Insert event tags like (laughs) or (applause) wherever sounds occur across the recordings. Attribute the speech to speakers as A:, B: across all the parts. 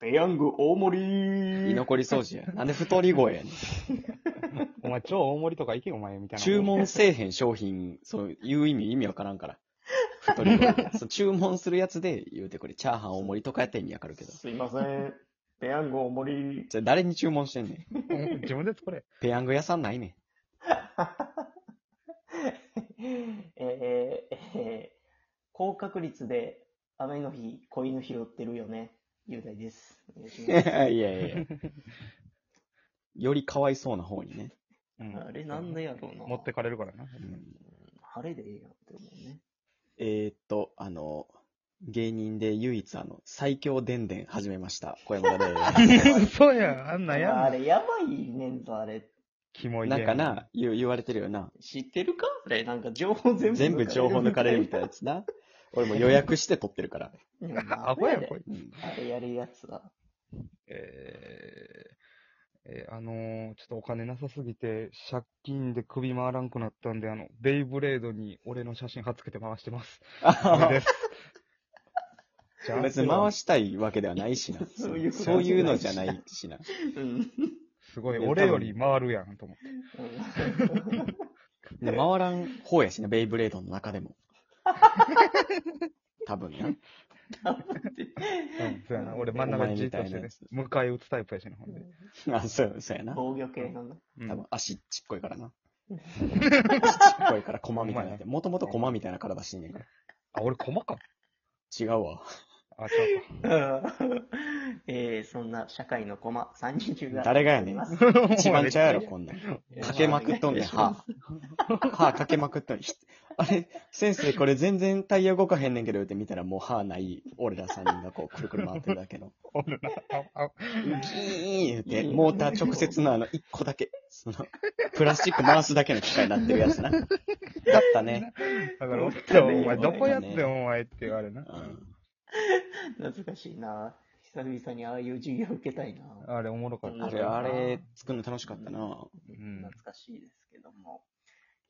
A: ペヤング大盛
B: 居
A: り
B: 残り掃 (laughs) 除や。なんで太り声やねん。
C: お前超大盛りとか行けよ、お前みたいな。
B: 注文せえへん商品、そういう意味、意味わからんから。太り (laughs) 声。そう注文するやつで言うてくれ。チャーハン大盛りとかやって意味わかるけど。
A: すいません。ペヤング大盛
D: (laughs)
A: り。
B: じゃあ誰に注文してんねん。
C: うん自分で作れ。
B: ペヤング屋さんないねん。
D: えーえー高確率で雨の日、子犬拾ってるよね。雄大です。お願いし
B: (laughs) い
D: ます
B: やいやいや。よりかわいそうな方にね。
C: うん
D: あれなんでやろうな
C: 持ってかれるからな。
B: うん
D: 晴れでええやんって思うね。
B: えーっと、あの、芸人で唯一あの、最強でんでん始めました。小山 (laughs) 田で
C: (laughs) そうや、あんなん
D: あ
C: やん。
D: れやばいねんぞ、あれ。
C: キモい
B: す。
C: ゲ
B: な
C: ー
B: ん
C: ム
B: か。 (laughs) な、言う言われてるよな。
D: 知ってるかあれ、なんか情報全部抜かれる。
B: 全部情報抜かれるみたいなやつな。俺も予約して撮ってるから。
D: うん。 (laughs)
C: アホやん、これ。
B: うん
D: あれやるやつは。
C: えーえーあのーちょっとお金なさすぎて、借金で首回らんくなったんで、あの、ベイブレードに俺の写真貼っつけて回してます。これです。じゃあ、
B: 別に回したいわけではないしな。
D: そういうこと
B: そういうのじゃないしな。
D: うん。
C: すごい、俺より回るやん、と思って。
B: で回らん方やしな、ベイブレードの中でも。多分な。
C: うん、そうや
D: (laughs)
C: な。俺真ん中にじっと
B: お前み
C: したて
B: いな
C: ね
B: やつ。
C: 迎え撃つタイプやしね、ほんで。
B: あ、そう、そうやな。 (laughs)
D: 防御系なんだ。
C: う
B: 多分
C: ん、
B: 足ちっこいからな。
D: う
B: ち
D: ん
B: っこいから駒みたいになって。もともと駒みたいな体してんねんから。
C: あ、俺駒か。
B: 違うわ。
C: あ、違うか。
D: (laughs) えー、そんな社会のコマ3人中が。
B: 誰がやね
D: い
B: ん
D: ます
C: (laughs)
B: 一番ちゃうやろ、こんなん。かけまくっとんねん、
D: お願い
B: 歯。歯かけまくっとんひあれ、先生、これ全然タイヤ動かへんねんけど、って見たらもう歯ない、俺ら3人がこう、くるくる回ってるだけの。
C: 俺な、あ、あ、
B: ギーン言うて、モーター直接のあの、1個だけ、その、プラスチック回すだけの機械になってるやつな。だったね。
C: だからおったよ、お前、どこやってん、お前って言われ
B: う
C: な。
B: ん。
D: 懐かしいな。久々にああいう授業受けたいな。
C: あれ、おもろかった。
B: あれ、あれ、作るの楽しかったな。
C: ん
D: 懐かしいですけども。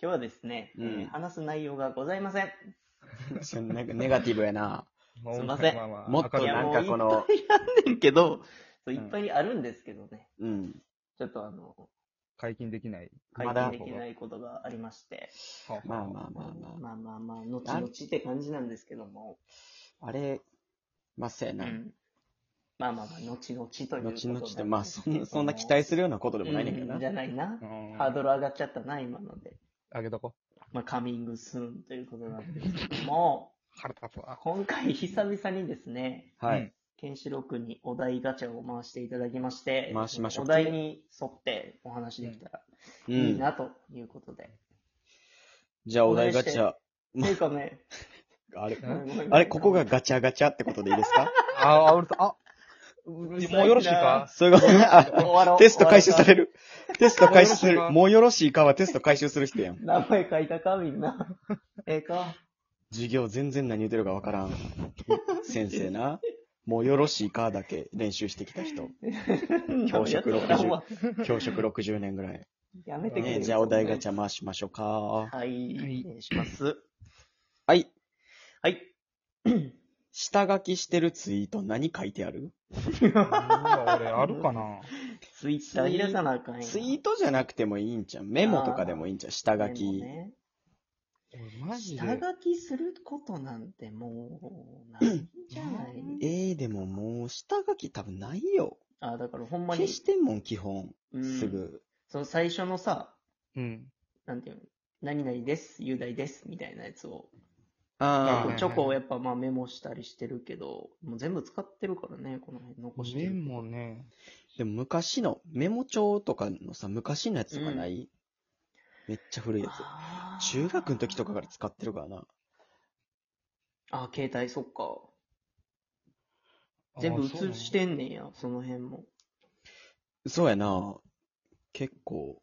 D: 今日はですね、
B: うん
D: えー話す内容がございません。
B: そんなネガティブやな。
C: まあ
D: すいません
C: ああ
B: もっと
C: 明るい
B: なんかこ
D: い
B: の、
D: ねんけど、そういっ
C: ん
D: ぱいあるんですけどね。
B: うん。
D: ちょっとあの、
C: 解禁できない。
B: ま
D: 解
B: だ
D: 禁できないことがありまして。
C: はあ
B: まあまあまあま
D: まあまあまあ、後々って感じなんですけども。
B: あ。あれ、まあ、そうや
D: う
B: な。
D: んまあまあまあ、後々ということなんですけ
B: 後
D: ども
B: 々って、まあそん、そんな期待するようなことでもないねんけど
D: うんじ
B: な。
D: ゃないな
C: う。ん
D: ハードル上がっちゃったな、今ので。
C: あげとこ。
D: まあ、カミングスーンということなんですけども、
C: 腹立つわ。
D: 今回久々にですね、
B: はい。
D: ケンシロウ君にお題ガチャを回していただきまして、
B: 回しましょう
D: お題に沿ってお話できたら
B: う
D: いい
B: ん。
D: なということで。
B: じゃあお題ガチャ。うん
D: ていうかね、
B: あれ
C: う、ん
B: あれ、ここがガチャガチャってことでいいです (laughs) か
C: あ、あ、俺と、あ、
D: も
C: もうよろしいか
B: そう (laughs) いうことね。あ、テスト回収される。テスト回収す
C: もうよろしい
B: る。
C: か
B: もうよろしいかはテスト回収する人やん。
D: 名前書いたか、みん
B: (laughs)
D: な。ええか。
B: 授業全然何言ってるかわからん。先
D: (laughs)
B: 生な。もうよろしいかだけ練習してきた人。教職60教職60年ぐらい。
D: (laughs) やめてくれ
B: ね
D: よ。
B: じゃあお題ガチャ回しましょうか。
D: はい、お願いします。
B: はい。
D: はい。
B: 下書きしてるツイート何書いてある
C: 俺あるかな。
D: ツイッター開かなあかんやん
B: ツイートじゃなくてもいいんじゃん。メモとかでもいいんじゃん。下書
D: でも
B: き。
D: ね
C: 俺マジ
D: 下
C: で。
D: 書きすることなんてもう、ないんじゃない
B: えー、でももう下書き多分ないよ。
D: あ、だからほんまに
B: 消、してんもん、基本。
D: うん
B: すぐ。
D: その最初のさ、
C: うん。
D: なんていうの、何々です、雄大です、みたいなやつを、
C: あ
B: あ
C: ー
D: チョコをやっぱまあメモしたりしてるけど、もう全部使ってるからね、この辺残して
C: メ
D: る。
C: モね。
B: でも昔の、メモ帳とかのさ、昔のやつとかない、めっちゃ古いや
D: あー
B: つ。中学の時とかから使ってるからな。
D: あ、携帯、そっか。全部映し
C: あ。
D: てんねんや、その辺も。
B: そうやな。結構。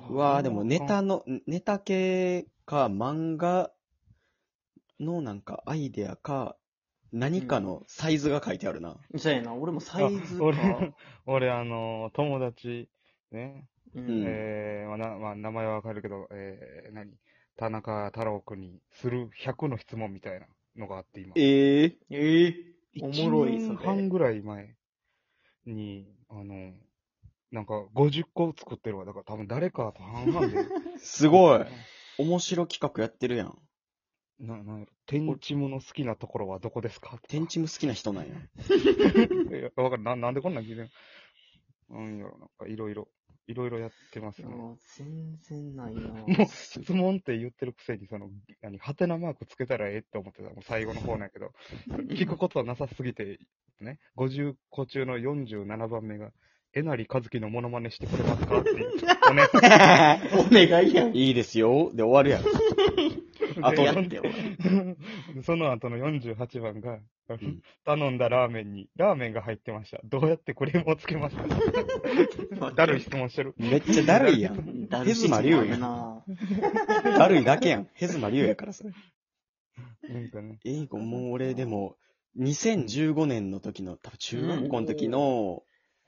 C: そうなの
B: うわーでもネタ。の、ネタ系か、漫画のなんかアイデアか、何かのサイズが書いてあるな。
D: そうやな、俺もサ
C: あ
D: イズか。
C: 俺、俺あの、友達、ね。
D: うん
B: うん
C: えー、まあな、まあ、名前はわかるけど、えー、何田中太郎君にする100の質問みたいなのがあって今。
B: ええ
D: ええおもろいそれ
C: 1年半ぐらい前に、あの、なんか50個作ってるわ。だから多分誰かと半々で。
B: (laughs) すごい。面白企画やってるやん。
C: な、なんやろ。天チムの好きなところはどこですか
B: 天チム好きな人なん (laughs) や。
C: (laughs) いやわかる。な、なんでこんなん聞いてんのなんやろ。なんかいろいろ、いろいろやってますね。
D: もう全然ないな
C: もう質問って言ってるくせに、その、何、ハテナマークつけたらええって思ってた、もう最後の方なんやけ
D: (laughs)
C: ど、聞くことはなさすぎて、ね、50個中の47番目が、えなりかずきのモノマネしてくれます
D: (laughs)
C: かっていう。おね、
D: お願いやん。
B: いいですよ。で終わるやん。あと
D: やって、おい
C: (laughs) その後の48番が、
B: ん
C: 頼んだラーメンに、ラーメンが入ってました。どうやってクレームをつけますかだるい質問してる。
B: めっちゃだるいやん。
D: だ
B: ヘズマリュウやん
D: な
B: だるいだけやん。ヘズマリュウやから (laughs) さ。
C: なんかね。
B: えー、ごもう俺でも、2015年の時の、多分中学校の時の、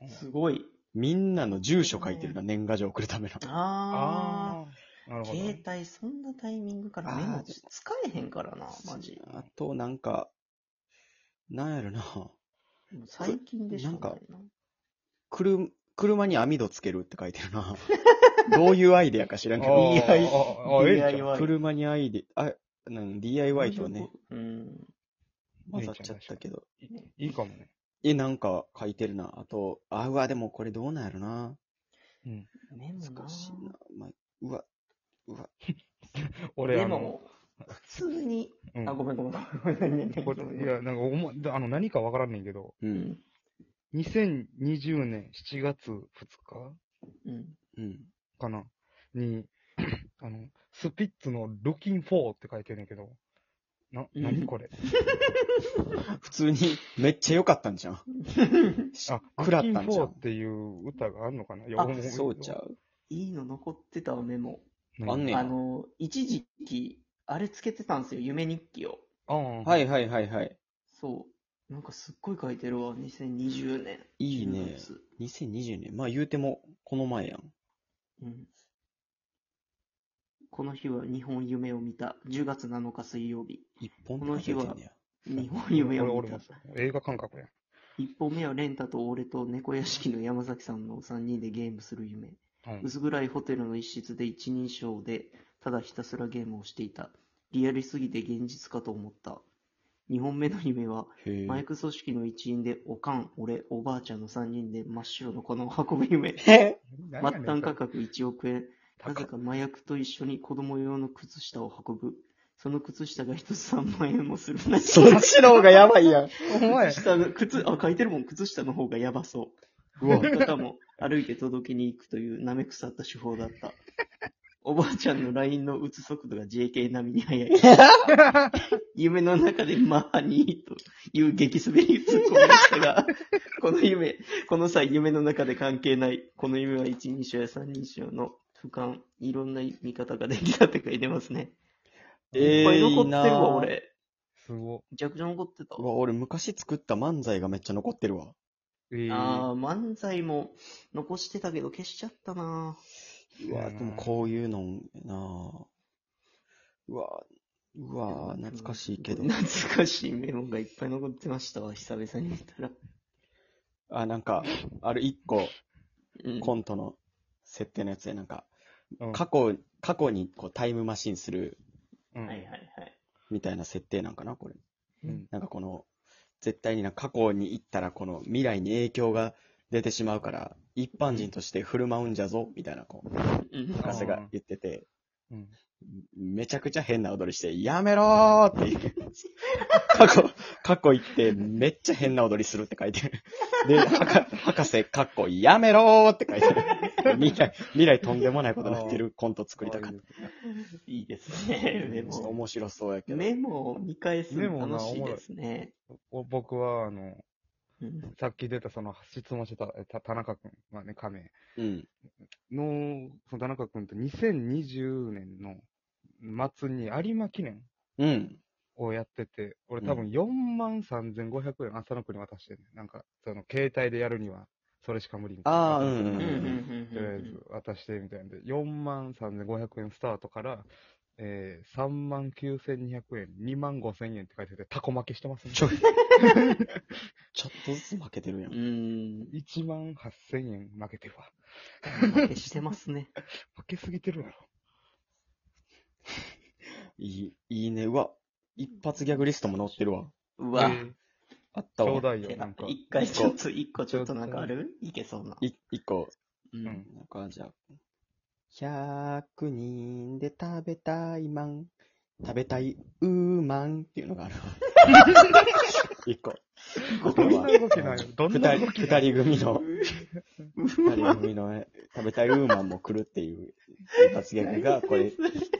D: すごい。
B: みんなの住所書いてるな、年賀状送るための。
D: あ
C: ああ、なる
D: ー。
C: ほど。
D: 携帯そんなタイミングからメモ使えへんからな、マジ。
B: あと、なんか、なんやろな。
D: もう最近でしょ。
B: なんか
D: な
B: くる車に網戸つけるって書いてる (laughs) な。どういうアイデアか知らんけど。
C: あーあーあーええんちゃう
D: DIY。
B: 車にアイデア、あ、なん DIY とね、
D: うん。
B: 混ざっちゃったけど。
C: いいかもね。
B: え、なんか書いてるな。あと、あ、うわ、でもこれどうなんやろな。
D: メモな
B: 難しいな。まあ、うわ、うわ。
C: 俺、
D: で
C: あの、
D: も、普通に、
C: うん
D: あ、ごめんごめんごめんごめん。
C: これいや、なんかおも、あの、何かわからんねんけど、
B: う、
D: うんん。
C: 2020年7月2日
D: うん。
B: うん。
C: かなに、あの、スピッツの Looking for って書いてるんやけど、な、
D: うん
C: 何これ、
B: 普通に、めっちゃ良かったんじゃん。
C: あ、
B: 食らったん
C: Looking
B: ちゃ
C: for
B: う
C: っていう歌があるのかないや
D: あ
C: 俺も
B: そうちゃう。
D: いいの残ってたわ、メモ。
C: 何
B: あんねや
D: あの、一時期、あれつけてたんですよ、夢日記を。
C: ああ、。
B: はいいはいはいはい。
D: そう。なんかすっごい書いてるわ、2020年。
B: いいね
D: 10月
B: 2020年。まあ言うても、この前やん。
D: うん。この日は日本夢を見た。10月7日水曜日。
B: 一本
D: この日は
B: 書いてんねや
D: 日本
B: (laughs)
C: 俺
D: 夢を見
C: 俺
D: た
C: も。そう映画感覚や。
D: 一本目はレンタと俺と猫屋敷の山崎さんの3人でゲームする夢。
C: うん。
D: 薄暗いホテルの一室で一人称で、ただひたすらゲームをしていた。リアルすぎて現実かと思った。2本目の夢は、
B: へえ。
D: マイク組織の一員で、おかん、俺、おばあちゃんの3人で真っ白の粉を運ぶ夢。
B: え
C: 何やね
D: 末端
C: ん
D: 価格1億円。
C: それ
D: なぜか麻薬と一緒に子供用の靴下を運ぶ。その靴下が一つ3万円もするな。
B: そっちの方がやばいやん。
C: お前
D: 靴、下の、靴、あ、書いてるもん、靴下の方がやばそう。
B: うわ。
D: しかも歩いて届けに行くという舐め腐った手法だった。おばあちゃんの LINE の打つ速度が JK 並みに速い。夢の中でマーニーという激滑り突っ込みましたが、 (laughs) この夢、この際夢の中で関係ない。この夢は一人称や三人称の俯瞰、いろんな見方ができたって書いてますね。い
B: (laughs) え
D: っぱい
B: ー、
D: 残っ
B: い
D: て
B: い
D: る
B: な
D: わ、。俺。
C: すご
D: めちゃくちゃ残ってた
B: う。わ、俺昔作った漫才がめっちゃ残ってるわ。
C: い。えー
D: あー、漫才も残してたけど消しちゃったな
B: うわ、
C: いやー
B: でもこういうのなあうわ、うわ、懐かしいけど。
D: 懐かしいメモがいっぱい残ってましたわ、久々に見たら。
B: あ、なんか、ある一個、
D: うん
B: コントの設定のやつで、なんか、
C: うん
B: 過去、過去にこうタイムマシンする
C: うん
D: はいはいはい。
B: みたいな設定なんかな、これ。
C: うん
B: なんかこの、絶対にな過去に行ったら、この未来に影響が出てしまうから、一般人として振る舞うんじゃぞ、みたいな、こう、
D: うん
B: 博士が言ってて、
C: うん
B: めちゃくちゃ変な踊りして、やめろーって言う。過去、過去行って、めっちゃ変な踊りするって書いてる。で、はか博士、かっこ、やめろーって書いてる。未来、未来とんでもないことになってるコント作りたかった。
D: いいですね、メ
B: ちょっと
D: モ。
B: 面白そうやけど。
D: メモを見返す
C: メモ
D: の
C: な
D: 楽しいですね。
C: お僕は、あの、
D: うん
C: さっき出たその質問してたえた田中君、まあね、亀
B: うん。
C: の、その田中君と2020年の末に有馬記念
B: うん。
C: をやってて、俺
B: うん
C: 多分4万3500円朝の子に渡してんねんなんか、その携帯でやるには、それしか無理みたいな。
B: あーうんうん
D: うんうんんう
C: とりあえず
D: ん
C: 渡してみたいなんで、4万3500円スタートから、えー、3万9200円、2万5000円って書いてて、タコ負けしてますね。
B: ちょい。ちょっとずつ負けてるや。
D: うんーん。
C: 1万8000円負けてるわ。
D: 負けしてますね。
C: 負けすぎてるわ。
B: いい、いいね。うわ、一発ギャグリストも載ってるわ。
D: うわ。
C: え
B: あった
C: ー、ちょう
B: わ。
C: だい
D: え
C: よ、なんか。
D: 一回ちょっと、一個ちょっとなんかあるいけそうな。
B: い、一個。
D: う
C: うんん。
B: なんか、じゃあ。100人で食べたいマン。食べたい、うーまんっていうのがあるわ。一個。
C: どんな動きなんよ。どんな
B: 二人、
C: 動き
B: 二人組の、二人組のね食べたいウーマンも来るっていう一発ギャ
D: (laughs)
B: グが、これ、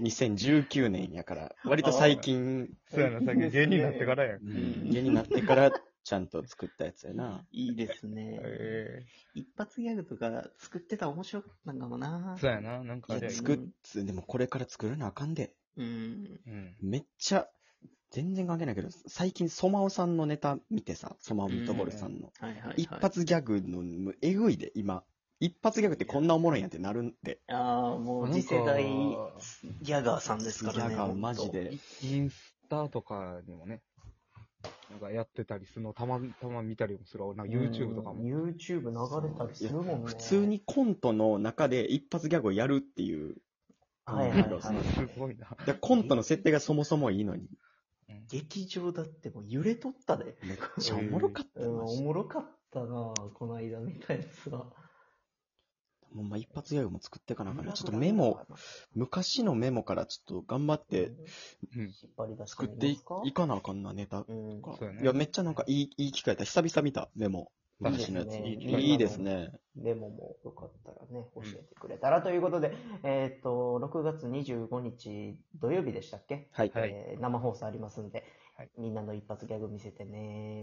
B: 2019年やから、割と最近、
C: そうやな、最近芸人になってからや
B: う
C: ん。
B: ん家になってからちゃんと作ったやつやな。
D: いいですね。
C: え
D: 一発ギャグとか作ってたら面白かったんかもな
C: ー、。そうやな、なんかあ
B: い
C: れ
B: や、
C: や
B: 作っつ、でもこれから作らなあかんで。
D: うん。
C: うん。
B: めっちゃ、全然関係ないけど、最近、ソマオさんのネタ見てさ、ソマオミトボルさんの。
D: はいはい、はい。
B: 一発ギャグの、もうえぐいで、今。一発ギャグってこんなおもろいんやってなるんで。
D: ああ、もう次世代ギャガーさんです
B: ギ
D: からね。
B: ャガーマ
D: ほんと。
B: ジで。
C: インスタとかにもね、なんかやってたりするの、たま、たま見たりもするわ。なんか YouTube とかも。
D: YouTube 流れたりするもんね。
B: 普通。にコントの中で一発ギャグをやるっていう。
D: はいはい
B: う
D: は
B: ん
D: い。
C: (laughs) すごいな。
B: だからコントの設定がそもそもいいのに。
D: 劇場だってもう揺れとったで。
B: めっちゃおもろかった
D: うん、
B: な。
D: おもろかったなぁこの間見たやつは。
B: もうまあ一発ギャグも作っていかなあかんなちょっとメモ、昔のメモからちょっと頑張っ
D: うん、
B: て
D: 引
C: うん。
D: っ張り出して
B: 作っ
D: み
B: て
D: ま
B: い
D: すか
B: いかなあかんな、ネタ。
D: うん。
B: か
C: そうやね
B: いや、めっちゃなんかいい、いい機会だ。久々見た、メモ。昔のやつ。
D: いいですね
B: いいですね。
D: レモンもよかったらね、教えてくれたら、ということで、えっ、と、6月25日土曜日でしたっけ、
B: はい。
C: はい
D: えー生放送ありますんで、
C: はい
D: みんなの一発ギャグ見せてね